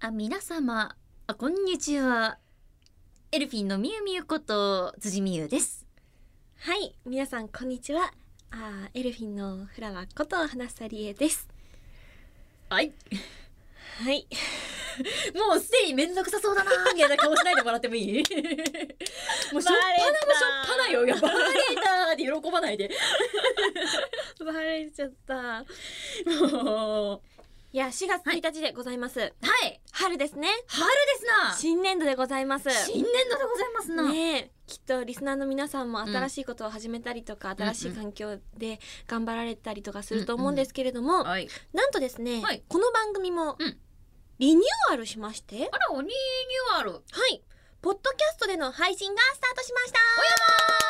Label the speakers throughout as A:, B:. A: あ皆様あこんにちはエルフィンのみゆみゆこと辻美優です
B: はい、皆さんこんにちは。あーエルフィンのフラワーこと花さりえです。
A: はい
B: はい、
A: もうすでにめんどくさそうだなーみたいな顔しないでもらっても いいもうしょっぱなもしょっぱなよやっぱバレたーって喜ばない で
B: バレちゃった。
A: もう
B: いや、4月1日でございます。
A: はい
B: 春ですね。
A: 春です
B: 新年度でございます。
A: な新年度でございますな、
B: ねえ、きっとリスナーの皆さんも新しいことを始めたりとか、
A: ん
B: 新しい環境で頑張られたりとかすると思うんですけれども、
A: はい
B: なんとですね、
A: はい
B: この番組も
A: うん
B: リニューアルしまして、は
A: あらおニューアルおや
B: い、ポッドキャストでの配信がスタートしまし
A: ま
B: た。
A: ーあ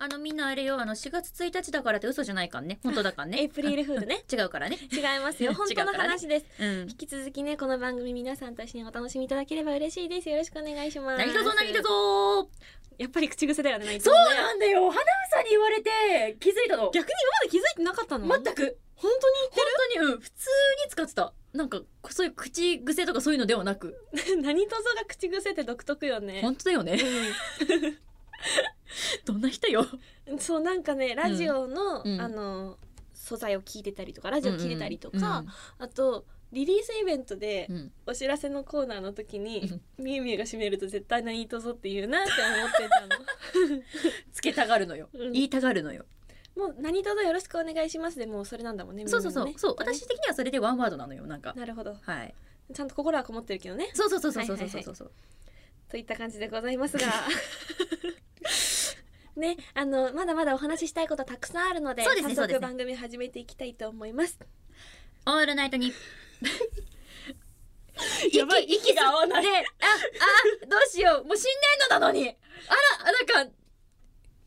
A: あのみんなあれよあの4月1日だからって嘘じゃない からね本当だからね
B: エイプリルフー ルね。
A: 違うからね
B: 違いますよ本
A: 違う
B: 当の
A: からね
B: 話です、
A: うん
B: 引き続きねこの番組皆さんと一緒にお楽しみいただければ嬉しいですよろしくお願いします
A: 何だぞ何だぞ
B: やっぱり口癖だよねそ
A: そう
B: う
A: なんだよ花房さんに言われて気づいたの
B: 逆に今まで気づいてなかったの
A: 全く
B: 本
A: 本当にうん普通に使ってたなんかそういう口癖とかそういうのではなく
B: 当に何とぞが口癖って独特よね
A: 本当だよね どんな人 よ
B: うんそうなんかねラジオの、
A: うん
B: あの素材を聞いてたりとかラジオ聞いてたりとか、
A: うん
B: あとリリースイベントで
A: うん
B: お知らせのコーナーの時に、みゆみゆが締めると絶対何とぞって言うなって思ってたの
A: つけたがるのよ、
B: うん
A: 言いたがるのよ、
B: もう何卒よろしくお願いしますでもうそれなんだもんね。
A: そうそうそう、
B: みんなね
A: そう私的にはそれでワンワードなのよなんか
B: なるほど。
A: はい
B: ちゃんと心はこもってるけどね。
A: そうそうそうそうそうそうそうそう、
B: といった感じでございます が。ね、あのまだまだお話ししたいことたくさんあるので、
A: そうですね
B: 早
A: そうです
B: 速
A: ね
B: 番組始めていきたいと思います。
A: オールナイト に
B: やばい
A: 息息が合わないああどうしようもう新年度なのにあらなんか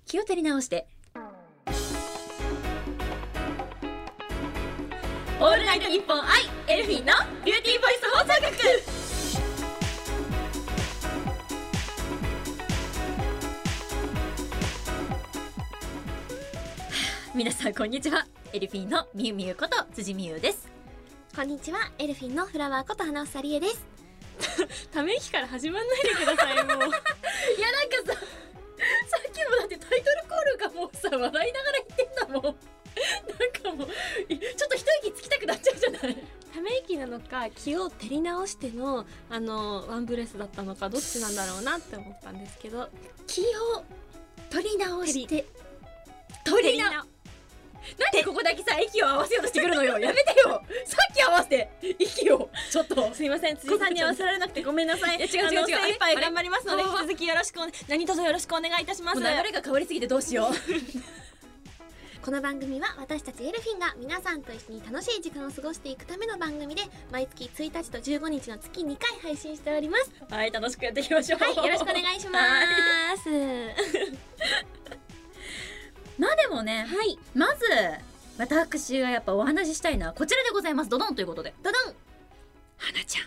A: 気を取り直してオールナイトニッポン愛エルフィンのビューティーボイス放送局 皆さんこんにちはエルフィンのみゆみゆこと辻みゆです
B: こんにちは、エルフィンのフラワーこと花さりえです。 ため息から始まんないでくださいも
A: い
B: う。
A: やなんかささっきもだってタイトルコールがもうさ笑いながら言ってんだもんなんかもういちょっと一息つきたくなっちゃうじゃない
B: ため息なのか気を照り直してのあのワンブレスだったのかどっちなんだろうなって思ったんですけど。
A: 気を取り直
B: して
A: 取りななんでここだけさ息を合わせようとしてくるのよやめてよさっき合わせて息をちょっと
B: すいません辻さんに合わせられなくてごめんなさい。
A: いや違う違う違う
B: あの
A: あれ
B: 精一杯頑張りますので
A: あれ
B: 引き続きよろしくお、ね、何卒よろしくお願いいたしま
A: も
B: す
A: う流。れが変わりすぎてどうしよう
B: この番組は私たちエルフィンが皆さんと一緒に楽しい時間を過ごしていくための番組で毎月1日と15日の月2回配信しており ます。
A: はい楽しくやっていきましょう
B: はいよろしくお願いします。は
A: まあでもね
B: い
A: まず私がやっぱお話ししたいのはこちらでございますドドンということで
B: ドドン
A: 花ちゃん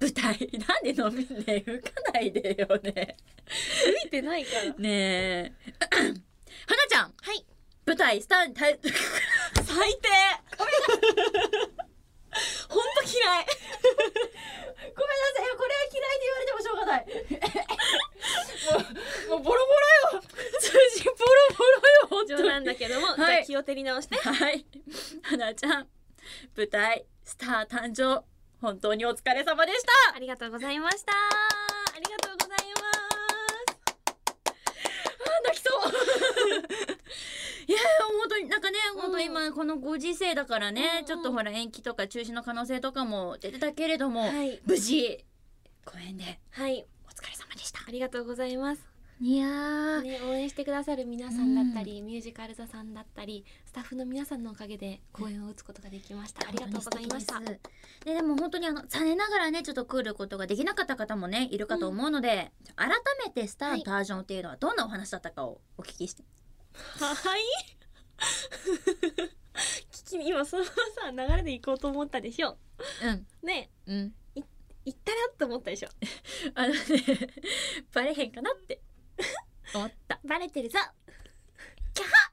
A: 舞台なんで飲みねえ吹かないでよね
B: 見てないから。
A: ねえ 花ちゃん
B: はい
A: 舞台スターた
B: 最低。ごめんなさい。本当嫌い。
A: ごめんなさいよこれは嫌いで言われてもしょうがない もうもうボロボロよ通じボロボロよ
B: 冗談だけども、
A: い
B: じゃあ気を照り直して。
A: はい花ちゃん舞台スター誕生本当にお疲れ様でした
B: ありがとうございました。ありがとうございます。
A: 泣きそういや本当になんかね
B: うん
A: 本当今このご時世だからね、
B: うん
A: ちょっとほら延期とか中止の可能性とかも出てたけれども、
B: はい、
A: 無事公演で
B: はい、
A: お疲れ様でした
B: ありがとうございます。
A: いやー、
B: ね、応援してくださる皆さんだったり、ミュージカル座さんだったり、スタッフの皆さんのおかげで公演を打つことができました。ありがとうございました。
A: 本当に素敵ですででも本当にあの残念ながらねちょっと来ることができなかった方もねいるかと思うので、改めてスター誕生っていうのはどんなお話だったかをお聞きして、
B: はい。聞き、今そのさ、流れで行こうと思ったでしょ
A: うん
B: ね、
A: うん
B: 行ったなって思ったでしょ
A: あのねバレへんかなって思った
B: バレてるぞ。
A: キャハ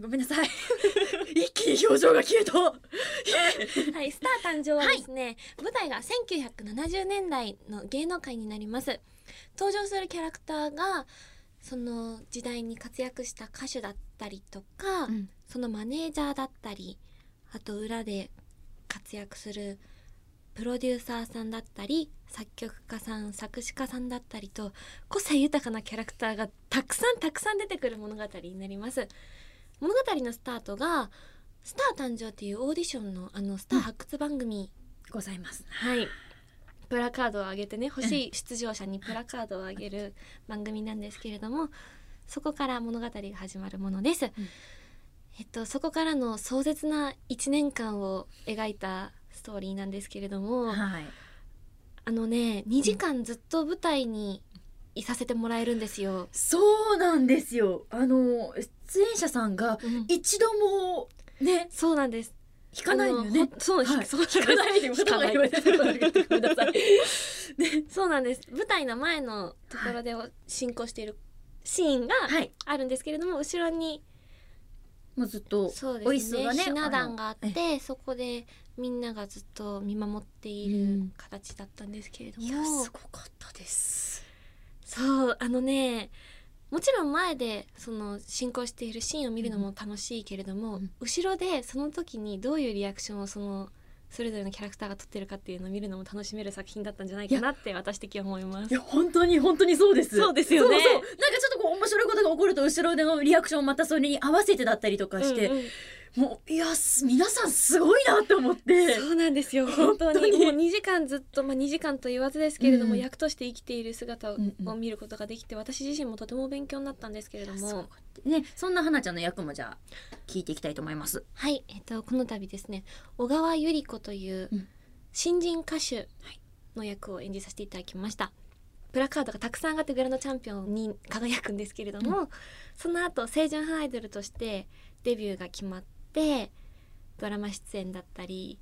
A: ごめんな さい一気に表情が消えた
B: はい、スター誕生はですね、舞台が1970年代の芸能界になります登場するキャラクターがその時代に活躍した歌手だったりとか、
A: うん
B: そのマネージャーだったりあと裏で活躍するプロデューサーさんだったり作曲家さん作詞家さんだったりと個性豊かなキャラクターがたくさんたくさん出てくる物語になります物語のスタートが「スター誕生」っていうオーディションのあのスター発掘番組、
A: ございます
B: はいプラカードをあげてね欲しい出場者にプラカードをあげる番組なんですけれどもそこから物語が始まるものです、えっと、そこからの壮絶な1年間を描いたストーリーなんですけれども
A: はい
B: あのね2時間ずっと舞台にいさせてもらえるんですよ。
A: そうなんですよあの出演者さんが一度もね
B: そうなんです。
A: 引かないのよ
B: あ
A: ね
B: ほんそう、
A: はい
B: そうなんです
A: 引かないで
B: 引かない
A: ごめんなさい
B: そうなんです。舞台の前のところで進行しているシーンが
A: はい
B: あるんですけれども、後ろに
A: もうずっと
B: そう
A: 美
B: で
A: 味し
B: す
A: そう
B: ね
A: だね
B: ひな壇があ
A: あ
B: っ
A: の
B: てそこでみんながずっと見守っている形だったんですけれども、
A: ごかったです
B: そうあのねもちろん前でその進行しているシーンを見るのも楽しいけれども、
A: うん
B: 後ろでその時にどういうリアクションをそのそれぞれのキャラクターが取ってるかっていうのを見るのも楽しめる作品だったんじゃないかなって私的には思いま
A: い
B: す。
A: や本当に本当にそうです
B: そうですよね
A: そうそうなんかちょっとこう面白いことが起こると後ろでのリアクションまたそれに合わせてだったりとかして、
B: うんうん
A: もういやす皆さんすごいなって思って
B: そうなんですよ 本当に
A: 本当に
B: もう2時間ずっと、まあ、2時間と言わずですけれども、
A: うん
B: 役として生きている姿を
A: うんうん
B: を見ることができて私自身もとても勉強になったんですけれど
A: いやすご
B: も
A: ねそんな花ちゃんの役もじゃあ聞いていきたいと思います
B: はい、えっと、この度ですね小川百合子という
A: うん
B: 新人歌手の役を演じさせていただきました。プラカードがたくさん上がってグランドチャンピオンに輝くんですけれども、その後清純派アイドルとしてデビューが決まってドラマ出演だったり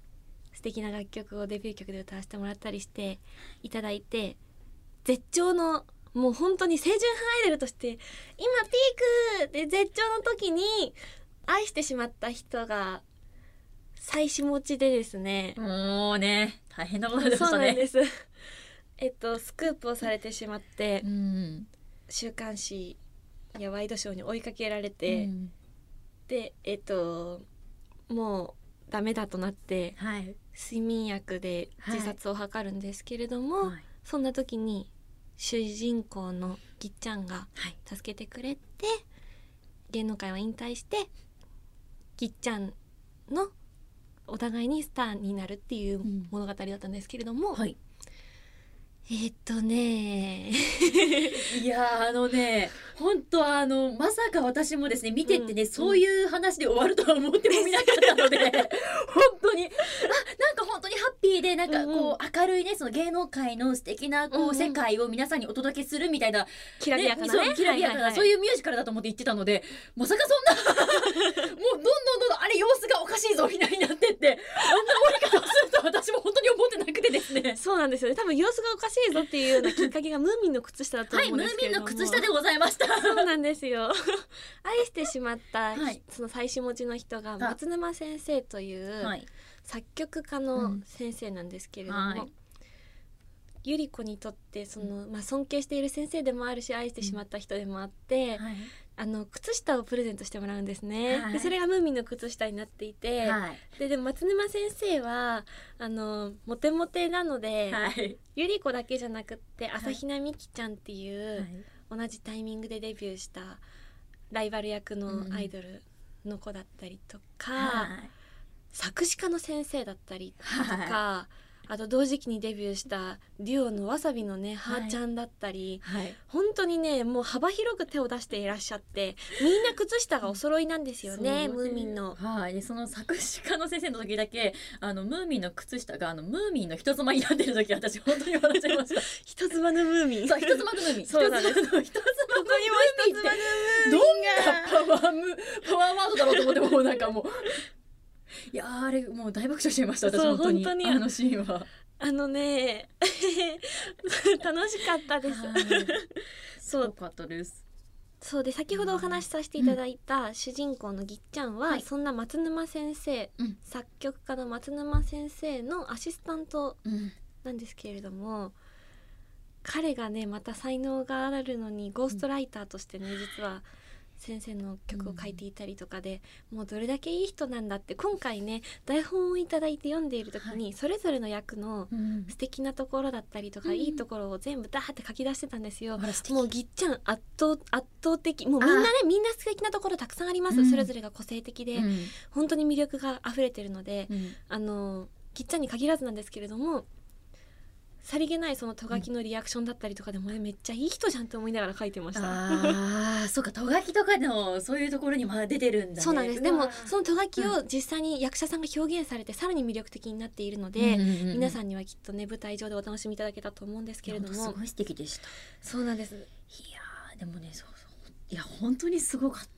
B: 素敵な楽曲をデビュー曲で歌わせてもらったりしていただいて絶頂のもう本当に清純派アイドルとして今ピークで絶頂の時に愛してしまった人が妻子持ちでですね、
A: もうね大変なことになりまし
B: そ
A: た
B: うな
A: ね
B: んです。 えっとスクープをされてしまって、
A: ん
B: 週刊誌やワイドショーに追いかけられて、
A: で
B: でえっともうダメだとなって
A: はい
B: 睡眠薬で自殺を図るんですけれども、
A: はい
B: そんな時に主人公のぎっちゃんが
A: はい
B: 助けてくれて芸能界を引退してぎっちゃんのお互いにスターになるっていう
A: うん
B: 物語だったんですけれども、
A: はい
B: えーっと ね
A: いやーあのね本当あのまさか私もですね見てってね、
B: うん
A: そういう話で終わるとは思ってもみなかったので 本当にあなんか本当にハッピーでなんかこう、
B: うんうん
A: 明るいねその芸能界の素敵なこう、
B: うんうん
A: 世界を皆さんにお届けするみたいな、
B: きらびやかなね
A: そうきらびやかな、
B: はいはいはい
A: そういうミュージカルだと思って行ってたのでまさかそんなもうどんどんどんどんあれ様子がおかしいぞみたいになってってあんな終わり方をするとは私も本当に思ってなくてですね。
B: そうなんですよね多分様子がおかしいぞっていうようなきっかけがムーミンの靴下だと
A: はい、
B: 思うん
A: ムー
B: ですけ
A: ミン
B: れど
A: の
B: も、
A: 靴下でございました。
B: そうなんですよ 愛してしまった、
A: はい
B: その妻子持ちの人が松沼先生という、
A: はい、
B: 作曲家
A: う
B: の
A: ん
B: 先生なんですけれども、
A: はい
B: ゆり子にとってその、まあ、尊敬している先生でもあるし愛してしまった人でもあって、
A: はい
B: あの靴下をプレゼントしてもらうんですね、
A: はい
B: でそれがムーミンの靴下になっていて、
A: はい
B: ででも松沼先生はあのモテモテなので、
A: はい。
B: ゆり子だけじゃなくって
A: い
B: 朝比奈美希ちゃんっていう、同じタイミングでデビューしたライバル役のアイドルの子だったりとか。作詞家の先生だったりとか、あと同時期にデビューしたデュオのわさびのね、
A: はい
B: はーちゃんだったり
A: はい。
B: 本当にねもう幅広く手を出していらっしゃってみんな靴下がお揃いなんですよねムーミンの。
A: はい、でその作詞家の先生の時だけ、あのムーミンの靴下が、あのムーミンの人妻になってる時、私本当に笑っちゃいました。
B: 人妻のムーミ ン
A: そう、人妻のムーミン。
B: そうなんです
A: 人妻の人妻のムーミンって。どんなパワーム、パワーワードだろうと思って、もうなんかもう。いやーあれもう大爆笑しちゃいました私
B: そう
A: 本当に
B: 本当に
A: あのシーンは
B: あのね 楽しかったです。
A: はい
B: そ
A: す
B: う
A: ごかったです
B: そうで先ほどお話しさせていただいた主人公のぎっちゃんは、
A: はい
B: そんな松沼先生、
A: うん
B: 作曲家の松沼先生のアシスタント
A: うん
B: なんですけれども彼がねまた才能があるのにゴーストライターとしてね、実は先生の曲を書いていたりとかで、もうどれだけいい人なんだって今回ね台本をいただいて読んでいる時に、それぞれの役の
A: うん
B: 素敵なところだったりとか、
A: うん
B: いいところを全部ダーって書き出してたんですよ。
A: ほら素敵
B: もうぎっちゃん圧倒圧倒的もうみんなねみんな素敵なところたくさんあります、
A: うん
B: それぞれが個性的で、
A: うん
B: 本当に魅力が溢れてるので、
A: うん
B: あのぎっちゃんに限らずなんですけれどもさりげないそのとがきのリアクションだったりとかでも、ねめっちゃいい人じゃんと思いながら書いてました。
A: ああ、そうか、とがきとかの、そういうところにも出てるんだ、ね。
B: そうなんですでもそ
A: の
B: のとがきを実際に役者さんが表現されてさらに魅力的になっているので、皆さ
A: ん
B: んにはきっとね舞台上でお楽しみいただけたと思うんですけれど
A: いやほんと
B: も
A: すごい素敵でした。
B: そうなんです
A: いやーでもねそうそういや本当にすごかっ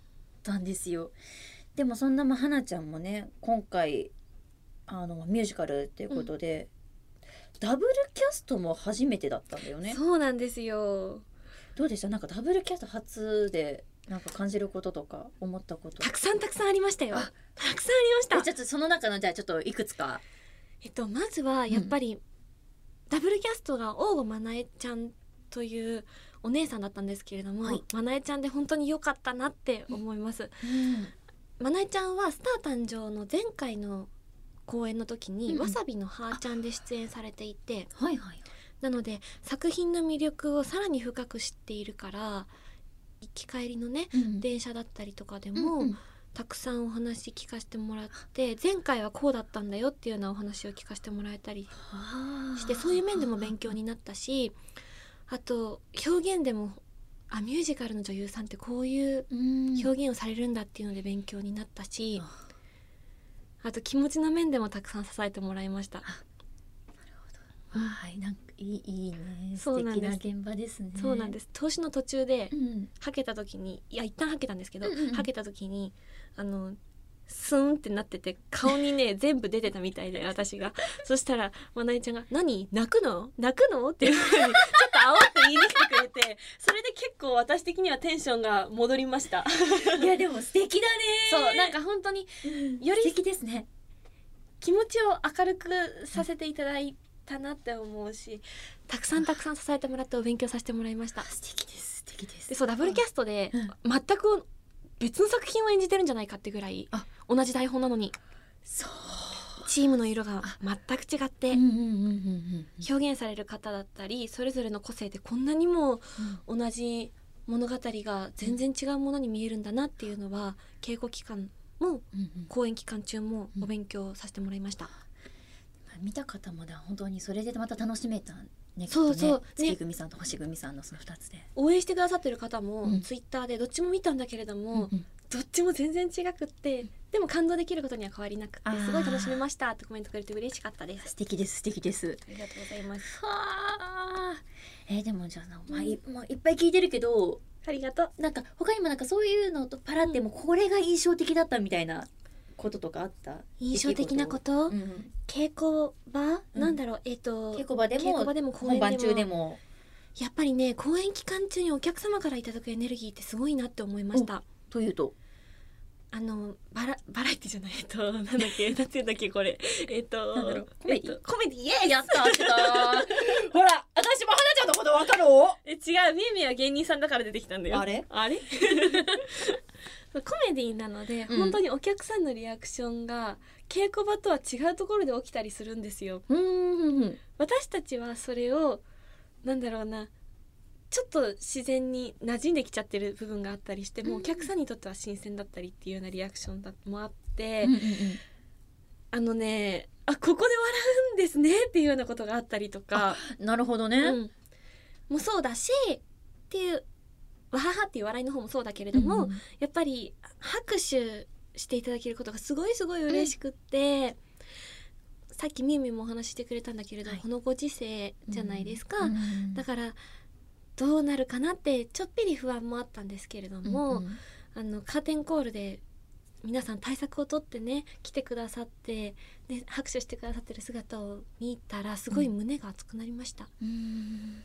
A: たんですよでもそんなまあ花ちゃんもね今回あのミュージカルっていうことで、ダブルキャストも初めてだったんだよね
B: そうなんですよ
A: どうでしたなんかダブルキャスト初でなんか感じることとか思ったこと
B: たくさんたくさんありましたよた
A: あ
B: くさんありました
A: えちょっとその中のじゃあちょっといくつか
B: えっと、まずはやっぱり、ダブルキャストが大郷まなえちゃんというお姉さんだったんですけれども、
A: はい
B: まなえちゃんで本当に良かったなって思います、まなえちゃんは「スター誕生」の前回の公演の時に、
A: うんうん
B: わさびのはーちゃんで出演されていて
A: はいはい
B: なので作品の魅力をさらに深く知っているから行き帰りのね
A: で
B: 電車だったりとかでも、
A: もう
B: たくさんお話聞かせてもらって前回はこうだったんだよっていうようなお話を聞かせてもらえたりしてそういう面でも勉強になったしあと表現でもあミュージカルの女優さんってこういう表現をされるんだっていうので勉強になったし
A: あ
B: あと気持ちの面でもたくさん支えてもらいました
A: はいなんかいいいいね
B: そ
A: 素
B: うなん
A: 敵
B: で
A: な
B: す
A: 現場ですね、
B: そうなんですす投資の途中で
A: うん
B: はけた時にいや一旦はけたんですけど
A: うんうんうん
B: はけた時にあのスンってなってて顔に ね全部出てたみたいで私がそしたらまなえちゃんが「何泣くの泣くの?」っていうふうにちょっと煽って言いに来てくれてそれで結構私的にはテンションが戻りました
A: いやでも素敵だね。
B: そうなんか本当により
A: 素敵ですね。
B: 気持ちを明るくさせていただいたなって思うしたくさんたくさん支えてもらってお勉強させてもらいました
A: 素敵です素敵です。
B: でそうダブルキャストで
A: うん
B: 全く別の作品を演じてるんじゃないかってぐらい
A: あ
B: 同じ台本なのに
A: そう。
B: チームの色が全く違って
A: うんうんうんうん
B: 表現される方だったりそれぞれの個性でこんなにも
A: うん。
B: 同じ物語が全然違うものに見えるんだなっていうのは稽古期間も
A: うんうん
B: 公演期間中もお勉強させてもらいました、
A: まあ見た方もだ本当にそれでまた楽しめたね。
B: そう
A: きっとね
B: そうね
A: 月組さんと星組さんのその二つで。
B: 応援してくださってる方
A: う
B: も
A: ん
B: ツイッターでどっちも見たんだけれども、
A: うんうん
B: どっちも全然違くってでも感動できることには変わりなくて
A: あー
B: すごい楽しめましたってコメントくれて嬉しかったです
A: 素敵です素敵です。
B: ありがとうございます
A: はあ。えーでもじゃあなまあいまあいっぱい聞いてるけど。
B: ありがとう
A: なんか他にもなんかそういうのとパラってもうこれが印象的だったみたいなこととかあった
B: 印象的なこ、と、
A: うん、
B: 稽古場、
A: うん
B: なんだろうえっ、と
A: 稽古場で
B: 稽
A: も
B: 古場でも公
A: 本
B: 演で
A: 番
B: も
A: 中でも
B: やっぱりね公演期間中にお客様からいただくエネルギーってすごいなって思いました
A: というと
B: あのバラバラエティじゃないえっとなんだっ けなんていうんだっけこれえっと
A: なんだろうコメディ
B: えっとコメディイエーイ
A: やったってた ほら私も花ちゃんのこと分かろ
B: え違うみゆみゆは芸人さんだから出てきたんだよ
A: あれ
B: あれコメディなので、
A: うん
B: 本当にお客さんのリアクションが稽古場とは違うところで起きたりするんですよ
A: ううん
B: 私たちはそれをなんだろうなちょっと自然に馴染んできちゃってる部分があったりしても、
A: うん
B: お客さんにとっては新鮮だったりっていうようなリアクションだもあって、
A: あ
B: あのねあここで笑うんですねっていうようなことがあったりとか、
A: なるほどね、
B: うん、もうそうだしっていうわははっていう笑いの方もそうだけれども、
A: うん
B: やっぱり拍手していただけることがすごいすごい嬉しくって、さっきみゆみゆもお話ししてくれたんだけれど、
A: はい
B: このご時世じゃないですか、
A: うん
B: だからどうなるかなってちょっぴり不安もあったんですけれども、
A: んん
B: あのカーテンコールで皆さん対策をとってね来てくださってで拍手してくださってる姿を見たらすごい胸が熱くなりました、
A: うん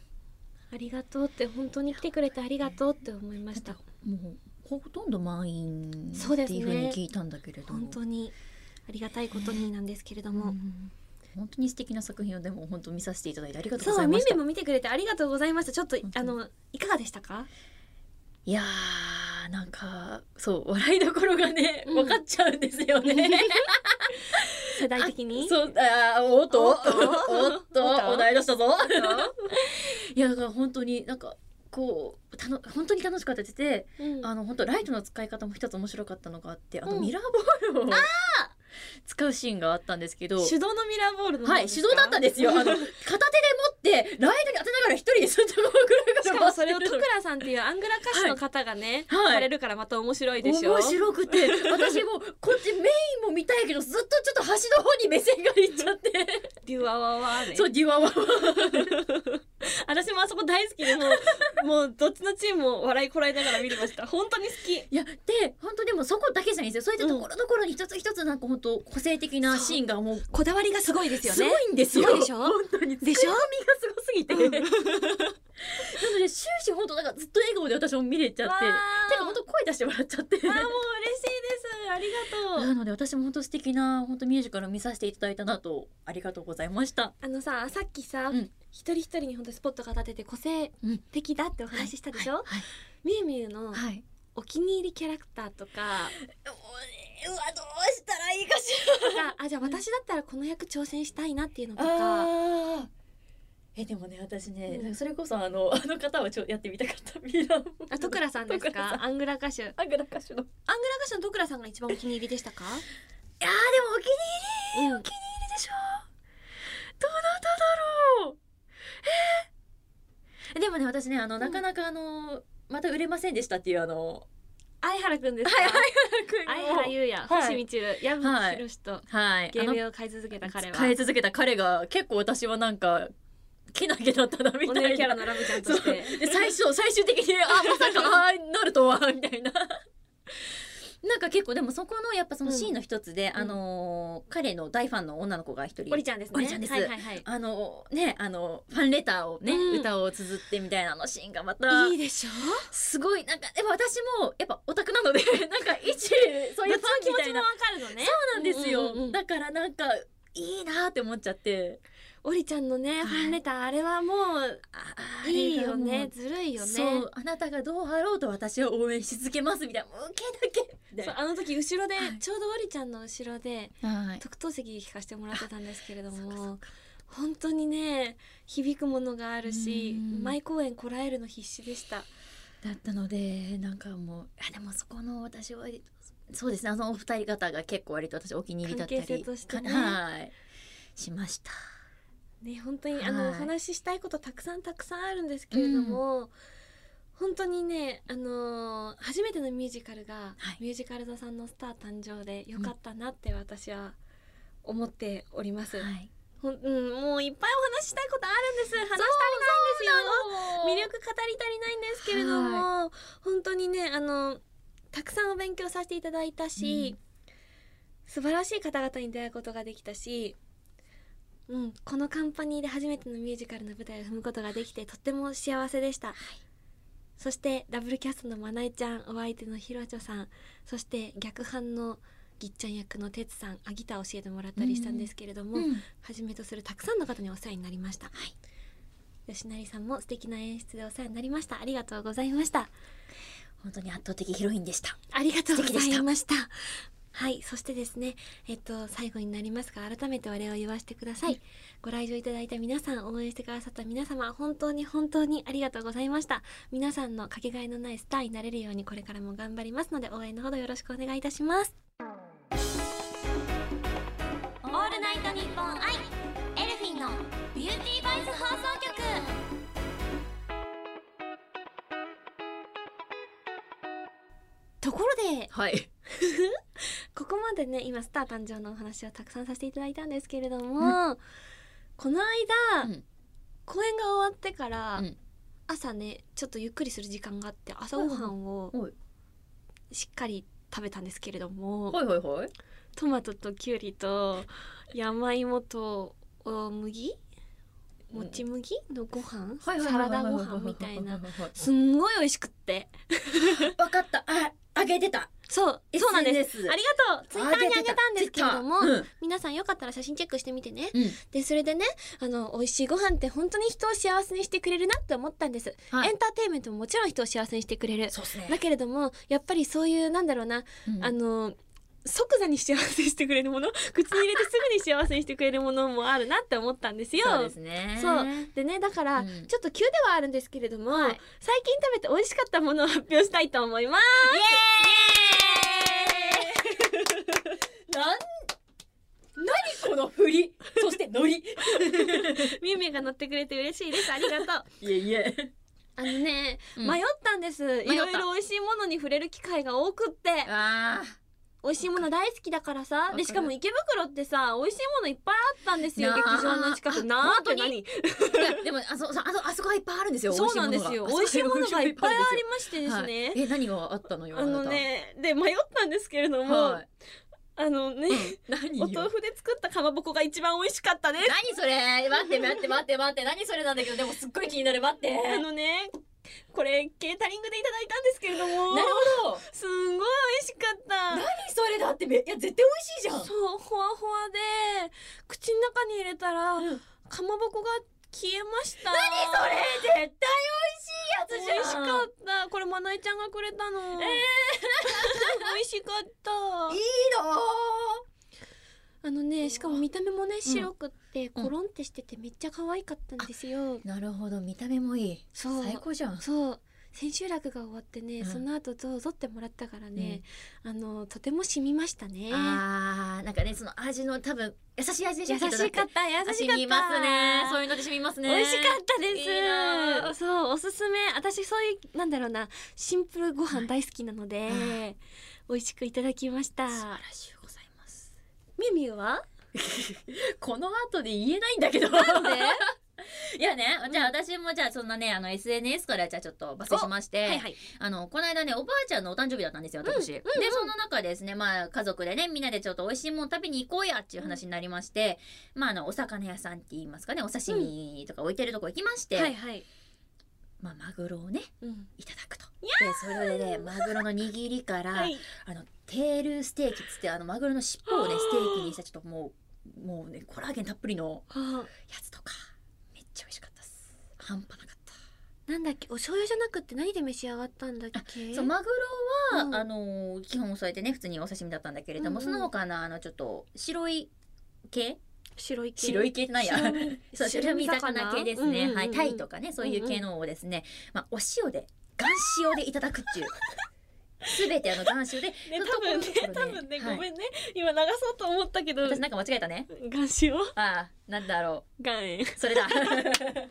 B: ありがとうって本当に来てくれてありがとうって思いま
A: だっ
B: してた
A: もうほとんど満員
B: そう
A: っ
B: で
A: て
B: すね
A: いうふうに聞いたんだけれども、
B: 本当にありがたいことになんですけれど
A: う
B: も、
A: ん本当に素敵な作品をでも本当見させていただいてありがとうご
B: そ
A: ざ
B: う
A: い
B: ミ
A: ま
B: ン
A: し
B: ミ
A: た
B: ンも見てくれてありがとうございましたちょっと
A: 本当
B: あ
A: に
B: のいかがでしたか
A: いやーなんかそう笑いどころがね
B: うん
A: 分かっちゃうんですよね、
B: 世代的に
A: そうあーおっと
B: お
A: お
B: っ
A: っ
B: と
A: とおっと
B: おっと
A: お題出したぞ
B: ちょっと
A: いやだから本当になんかこうたの本当に楽しかったですで
B: うん
A: あの本当ライトの使い方も一つ面白かったのがあってあの、
B: うん
A: ミラーボールを使うシーンがあったんですけど
B: 手動のミラーボールの
A: はい手動だったんですよあの片手で持ってライトに当てながら一人でずっとこうぐるぐる
B: しかもそれを徳良さんっていうアングラ歌手の方がね、
A: はい
B: されるからまた面白いでしょ
A: 面白くて私もこっちメインも見たいけどずっとちょっと端の方に目線がいっちゃって
B: デュワワワね
A: そうデュワワワ
B: 私もあそこ大好きでもうもうどっちのチームも笑いこらえながら見てました本当に好き
A: いやで本当でもそこだけじゃないんですよそういったところどころに一つ一つなんか本当個性的なシーンがもう
B: こだわりがすごいですよ
A: す
B: ね
A: ごいんですよ
B: すごいでしょ
A: 本当に
B: でしょ
A: 作り込みがすごすぎてなので終始本当なんかずっと笑顔で私も見れちゃっ
B: わ
A: て
B: ー
A: てか本当声出して笑っちゃって
B: あーもう嬉しいですありがとう
A: なので私も本当素敵な本当ミュージカルを見させていただいたなとありがとうございました
B: あのささっきさ、
A: うん
B: 一人一人に本当にスポットが当たってて個性的だってお話ししたでしょ、
A: はいはい
B: みゆみゆの
A: はい
B: お気に入りキャラクターとか
A: うわどうしたらいいかし
B: があじゃあ私だったらこの役挑戦したいなっていうのと
A: ら
B: か
A: あーえでもね私ね、
B: うん
A: それこそあのあの方はちょやってみたかったミラーボ
B: あ徳良さんです
A: 徳良さ
B: かアングラ歌手
A: ア
B: アングラ
A: ングラ歌手のい
B: 歌手の徳良さんが一番お気に入りでしたか、
A: やーでもお気に
B: う
A: 入り
B: ん、
A: でしょどなただろうえーでもね私ねあの、
B: ん
A: なかなかあのまた売れませんでしたっていうあ の
B: 相原くんですか、
A: はいはい
B: 相原優也、
A: はい
B: 星道夫矢吹博士と
A: はい
B: 芸
A: あの
B: 名を変え続けた彼は
A: 変え続けた彼が結構私はなんかけなげだったなみ
B: お
A: たいな
B: 姉キャラのラブちゃんとして
A: で最初最終的にあまさ かああなるとはみたいな。なんか結構でもそこのやっぱそのシーンの一つで、
B: うん
A: あのー彼の大ファンの女の子が一人
B: おりちゃんですね
A: おりちゃんです
B: はいはいはい
A: あのーねあのーファンレターをね、
B: うん
A: 歌を綴ってみたいなあのシーンがまた
B: いいでしょ
A: すごいなんかやっぱ私もやっぱオタク なのでなんか一そういうファン
B: 気
A: み
B: 持
A: た
B: ち
A: い
B: も
A: な
B: わ
A: そ
B: かるのね
A: うなんですよ、
B: うんうんうん
A: だからなんかいいなって思っちゃって
B: おりちゃんのね
A: い
B: ファンレターあれはもう
A: あ
B: いいよねずるいよね
A: そうあなたがどうあろうと私を応援し続けますみたいな受けだけみたい
B: そう
A: な
B: あの時後ろで、
A: はい
B: ちょうどおりちゃんの後ろで
A: はい
B: 特等席聞かせてもらってたんですけれど
A: そうかそ
B: も
A: うか
B: 本当にね響くものがあるし
A: うん
B: 毎公演こらえるの必死でした
A: だったのでなんかもうあでもそこの私はそうですねあのお二人方が結構割と私お気に入りだったり
B: 関係性としてね
A: はいしました
B: ね本当に
A: はい
B: あのお話ししたいことたくさんたくさんあるんですけれども、本当にねあのー初めてのミュージカルが、
A: はい
B: ミュージカル座さんのスター誕生でよかったなって私は思っております、
A: はい
B: ほんうん、もういっぱいお話ししたいことあるんです話したりないんですよ魅力語り足りないんですけれども、本当にねあのたくさんお勉強させていただいたし、素晴らしい方々に出会うことができたし、うん、このカンパニーで初めてのミュージカルの舞台を踏むことができてとっても幸せでした、そしてダブルキャストのまなえちゃんお相手のひろちょさんそして逆版のぎっちゃん役のてつさんあギター教えてもらったりしたんですけれども、
A: うん
B: はじめとするたくさんの方にお世話になりました、吉成さんも素敵な演出でお世話になりましたありがとうございました
A: 本当に圧倒的ヒロインでした
B: ありがとうござ
A: 素敵でし
B: い
A: た
B: ましたはいそしてですねえっと最後になりますが改めてお礼を言わせてください、ご来場いただいた皆さん応援してくださった皆様本当に本当にありがとうございました皆さんのかけがえのないスターになれるようにこれからも頑張りますので応援のほどよろしくお願いいたします
A: オ
B: オナイトニッポンアイエルフィンのビューティーバイス放送局ところで
A: はい
B: ここまでね今スター誕生のお話をたくさんさせていただいたんですけれども、この間、
A: うん
B: 公演が終わってから、
A: うん
B: 朝ねちょっとゆっくりする時間があって朝ごはんを
A: はい
B: しっかり食べたんですけれども、
A: はいはい
B: トマトときゅうりと山芋とお麦もち麦のご飯
A: はいはい
B: サ
A: はいは
B: ラ
A: いはいはい
B: ダご
A: はい
B: 飯みたいな
A: ははは
B: すんごい美味しくって
A: わかったああげてた
B: そうそうなんです
A: SNS
B: ありがとうツイッターにあげたんですけれども、
A: あげてた
B: 皆さんよかったら写真チェックしてみてね
A: Twitter うん
B: でそれでねあの美味しいご飯って本当に人を幸せにしてくれるなって思ったんです、
A: はい
B: エンターテインメントももちろん人を幸せにしてくれる
A: そうですね
B: だけれどもやっぱりそういうなんだろうな、
A: うん
B: あの即座に幸せにしてくれ るもの口に入れてすぐに幸せにしてくれるものもあるなって思ったんですよ。
A: そうですね
B: そうでねだから、
A: うん
B: ちょっと急ではあるんですけれども、
A: はい
B: 最近食べて美味しかったものを発表したいと思います
A: なん何この振りそしてノリい
B: みゆみゆが乗ってくれて嬉しいですありがとう
A: えいえ
B: あのね、
A: うん
B: 迷ったんですい
A: た
B: ろいろ美味しいものに触れる機会が多くって
A: あ
B: 美味しいもの大好きだからさ
A: か
B: で
A: る
B: しかも池袋ってさ美味しいものいっぱいあったんですよ
A: なあ
B: 劇場の近くなーって
A: 本当
B: 何
A: ーいやでもあそそうあのあそこがいっぱいあるんですよ
B: そうなんですよ美味しいものがいっぱいありましてですね、
A: え何があったのよ
B: あのねで迷ったんですけれど
A: あ
B: も、
A: なたはい
B: あのね、
A: 何
B: お
A: よ
B: 豆腐で作ったかまぼこが一番美味しかったです。
A: 何それ待って待って待って待って何それなんだけどでもすっごい気になる待って
B: あのね、これケータリングでいただいたんですけれども、
A: なるほど
B: すんごい美味しかっ
A: 何それだってめいや絶対美味しいじゃ
B: た。
A: ん
B: そう、ほわほわで、口の中に入れたら、
A: うん
B: かまぼこが消えました。
A: それ絶対美味しい
B: 美
A: や
B: 味
A: つ
B: し
A: じゃん
B: かった。これまなえちゃんがくれたの。え 美味しかった。
A: い
B: あのね、しかも見た目もね、白くって、
A: うん
B: コロンってしててめっちゃ可愛かったんですよ。
A: いのなるほど見た目もいい
B: そう
A: 最高じゃん
B: そう千秋楽が終わってね、
A: うん
B: その後どうぞってもらったからね、あのとても染みましたね
A: あーなんかねその味の多分優しい味でしょ
B: 優しかった優しかった
A: 染みますねそう
B: う
A: いうので染みますね
B: 美味しかったです
A: いいなあ
B: そうおすすめ私そういうなんだろうなシンプルご飯大好きなので、
A: はい
B: 美味しくいただきました
A: 素晴らしいございます
B: みゆみゆは
A: この後で言えないんだけど
B: なんで
A: いやねじゃあ私もじゃあそんなねあの SNS からじゃあちょっと抜粋しまして
B: はいはい
A: あの、この間ね、おばあちゃんのお誕生日だったんですよ、私。で、その中ですね、まあ、家族でね、みんなでちょっと美味しいもん食べに行こうやっていう話になりまして、まあ、あの、お魚屋さんって言いますかね、お刺身とか置いてるとこ行きまして、
B: はいはい、
A: まあ、マグロをね、
B: うん
A: いただくと。で、それでね、マグロの握りから、
B: はい、
A: あの、テールステーキっつって、あの、マグロの尻尾をね、ステーキにしたちょっともう、もうね、コラーゲンたっぷりの
B: あ
A: やつとか、めっちゃ美味しかったっす。半端なかった。
B: なんだっけお醤油じゃなくって何で召し上がったんだっけ
A: そうマグロは、
B: うん
A: あのー基本添えてね普通にお刺身だったんだけれども、
B: うんう
A: そ
B: ん
A: の他のあのちょっと白い系
B: 白い系
A: 白い系ってなんや
B: 白身
A: そう白身魚系ですね、
B: うんうんうんうん
A: はいタイとかねそういう系のをですね、まあお塩で岩塩でいただくっていう全てあの岩塩で、
B: ね、
A: の
B: 多分ね
A: ところ、
B: 多分ね、
A: はい
B: ごめんね、今流そうと思ったけど、
A: 私なんか間違えたね
B: 岩塩
A: ああなんだろ
B: 岩塩。
A: うそ れだメモしないで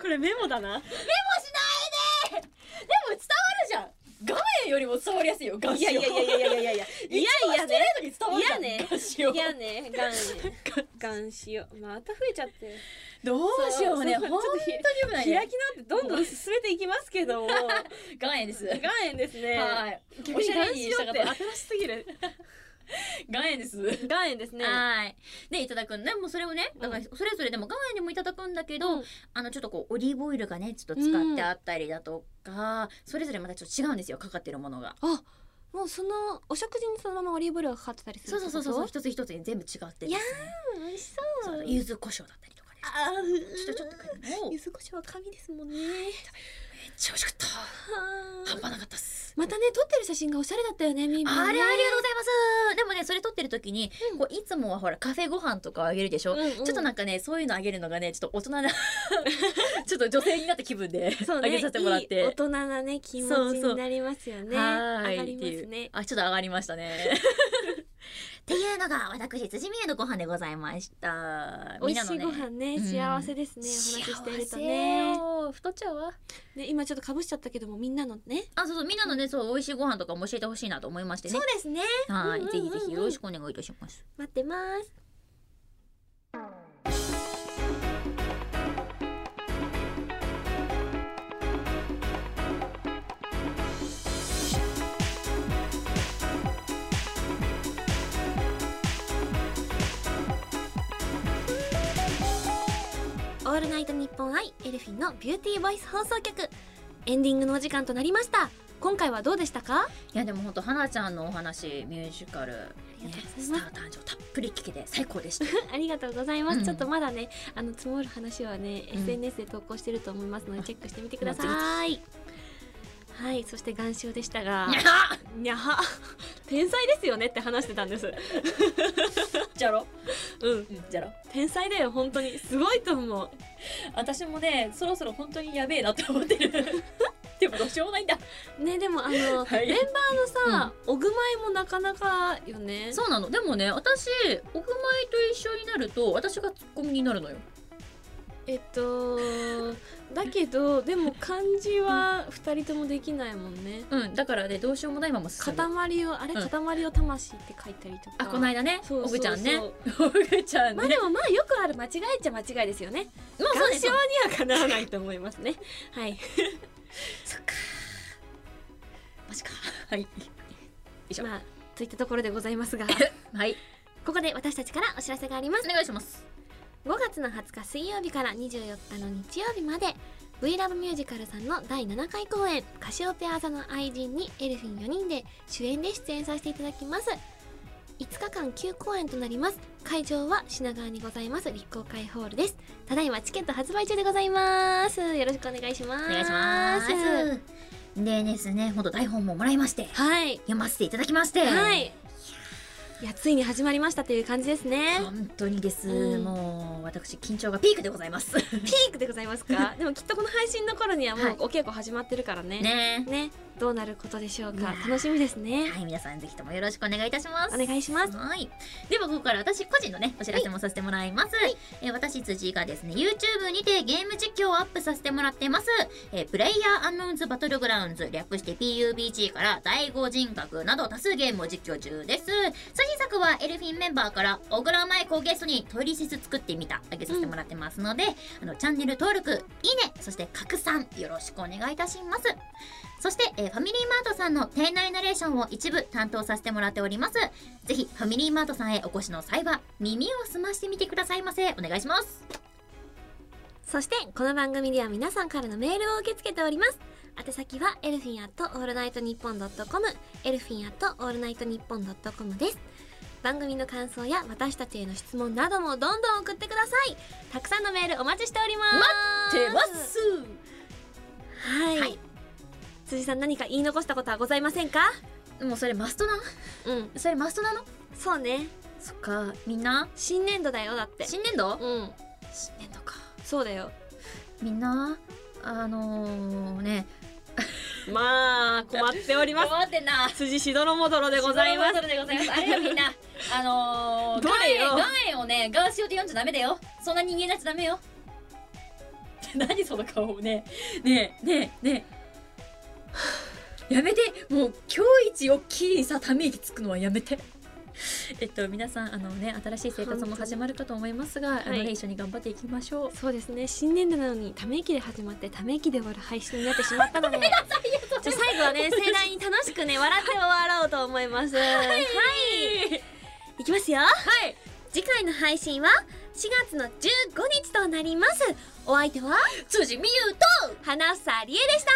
B: これメモだな。
A: でも伝わるじゃん画面よりも伝わりやすいよ岩塩
B: いやいやいやいやいやいやいや。いやいやね。
A: レートに伝わるじゃん
B: いやね
A: 岩塩
B: いやね、岩塩。岩塩。また増えちゃってる。
A: どうしようね。
B: そう
A: 本
B: そう
A: 当に良くな
B: 開
A: い
B: き直っ
A: ね。
B: てどんどん進めていきますけども、
A: 岩塩です。
B: 岩塩ですね。
A: はい。
B: 君岩塩って
A: た
B: 新しすぎる。
A: 岩塩です。
B: 岩塩ですね。
A: はい。で、いただくんで、もうそれをね、だから、それぞれでも岩塩でもいただくんだけど、
B: うん
A: あの、ちょっとこう、オリーブオイルがね、ちょっと使ってあったりだとか、それぞれまたちょっと違うんですよ、かかってるものが。
B: あ、もうそのお食事にそのままオリーブオイルがかかってたりす
A: そ
B: る
A: うそうそうそう、
B: う。
A: 一つ一つに全部違って
B: い
A: で
B: や
A: すね。
B: うん美味しそ
A: そうう。柚子胡椒だったりとかね。
B: あ
A: ちょっとちょっとこういうのを、め
B: 柚
A: っ
B: 子胡椒は神ですもんね。
A: ちゃ美味しかった。半端なかったっす。
B: またね撮ってる写真がおしゃれだったよねみん
A: あれ
B: な
A: ありが
B: ね
A: とうございます。でもね、それ撮ってる時に、こういつもはほらカフェご飯とかあげるでしょ、
B: うんうん
A: ちょっとなんかねそういうのあげるのがねちょっと大人な ちょっと女性になった気分で、
B: そう
A: あ
B: ね
A: げさせてもらって
B: いい大人なね気持ち
A: そうそう
B: になりますよね
A: はー
B: 上
A: い
B: がります
A: っていう
B: ね
A: あちょっと上がりましたねっていうのが私辻美優のご飯でございました
B: 美味しいご飯ね
A: うん
B: 幸せですね、お話ししてるとね
A: 太っちゃうわ
B: ね今ちょっとかぶしちゃったけどもみんなのね
A: あそうそうみんなのねそう美味しいご飯とかも教えてほしいなと思いましてね
B: ですね
A: はい、
B: うんうんうん
A: ぜひぜひよろしくお願いいたします
B: 待ってますールナイトニッポンアイエルフィンのビューティーボイス放送局エンディングのお時間となりました今回はどうでしたか
A: いやでも本当花ちゃんのお話ミュージカル、ね
B: りがとうございます
A: スター誕生たっぷり聞けて最高 でした。
B: ありがとうございます、
A: うん
B: ちょっとまだねあの積もる話はね、
A: うん
B: SNS で投稿してると思いますのでチェックしてみてくださ
A: もう
B: いはいそして岩礁でしたが
A: にゃは
B: にゃは天才ですよねって話してたんです
A: じゃろ、
B: うん
A: うん、じゃろ。
B: 天才だよ本当にすごいと思う
A: 私もねそろそろ本当にやべえなって思って る。でもどうしようもないんだ。
B: ねでもあの、
A: はい
B: メンバーのさ、おぐまいもなかなかよね
A: そうなの。でもね私奥前と一緒になると私がツッコミになるのよ。
B: えっとだけどでも漢字は2人ともできないもんね
A: うんだからねどうしようもないまま進む。
B: 塊をあれ、
A: うん
B: 塊を魂って書いたりとか
A: あこの間ね
B: そう
A: オ
B: そうそう
A: グちゃんねオグちゃん
B: まあ
A: ね。
B: でもまあよくある間違えちゃ間違いですよね
A: まあ
B: 干
A: で
B: 渉
A: す
B: に
A: よ
B: はかなわないと思いますねはい
A: そっか。マジか。はい。以上
B: まあといったところでござ いますが
A: はい。
B: ここで私たちからお知らせがあります
A: お願いします。
B: 5月の20日水曜日から24日の日曜日まで v l o v e ミュージカルさんの第7回公演「カシオペア座の愛人」にエルフィン4人で主演で出演させていただきます5日間9公演となります会場は品川にございます立公会ホールですただいまチケット発売中でございますよろしくお願いします
A: お願いします。でですね、本当台本ももらいまして、
B: はい
A: 読ませていただきまして、
B: はいいやついに始まりましたという感じですね
A: 本当にです。
B: うん
A: もう私緊張がピークでございます。
B: ピークでございますかでもきっとこの配信の頃にはも
A: は
B: う
A: い
B: お稽古始まってるから ね
A: ね。
B: ね、どうなることでしょう
A: いや
B: か。
A: ー
B: 楽しみですね。
A: はい、皆さんぜひともよろしくお願いいたします。
B: お願いします。
A: はい。ではここから私個人のねお知らせもさせてもらいます。えー私辻がですね YouTube にてゲーム実況をアップさせてもらってます。えープレイヤーアンノーンズバトルグラウンズ略して PUBG から第五人格など多数ゲームを実況中です。最新作はエルフィンメンバーから小倉舞子をゲストにトイリシス作ってみたあげさせてもらってますので、あのチャンネル登録いいねそして拡散よろしくお願いいたします。そして、えーファミリーマートさんの店内ナレーションを一部担当させてもらっております。ぜひ、ファミリーマートさんへお越しの際は、耳を澄ましてみてくださいませ。お願いします。
B: そして、この番組では皆さんからのメールを受け付けております。宛先は、エルフィンアットオールナイトニッポンドットコム、エルフィンアットオールナイトニッポンドットコムです。番組の感想や私たちへの質問などもどんどん送ってください。たくさんのメールお待ちしております。はい。
A: はい
B: 辻さん何か言い残したことはございませんか
A: もうそれマストなの
B: うん。
A: それマストなの
B: そうね。
A: そっか、みんな
B: 新年度だよ、だって。
A: 新年度
B: うん。
A: 新年度か。
B: そうだよ。
A: みんなあのー、ね。
B: まあ、困っております。
A: ってんな。
B: 辻しどろもどろでございます。
A: でございます。あれよみん な。あの
B: どれよ
A: 岩塩をね、ガーシオで読んじゃダメだよ。そんな人間になっちゃダメよ。 何その顔ね。ねえ、ねえ、ねえ。やめてもう今日一大きいさため息つくのはやめてえっと皆さんあのね新しい生活も始まるかと思いますが、あの
B: は
A: ね
B: い
A: 一緒に頑張っていきましょう
B: そうですね新年度なのにため息で始まってため息で終わる配信になってしまったの でじゃあ最後はね 盛大に楽しくね笑って終わろうと思いますはい、い、きますよはい次回の配信は4月の15日となりますお相手は
A: 辻美優と
B: 花房理恵でした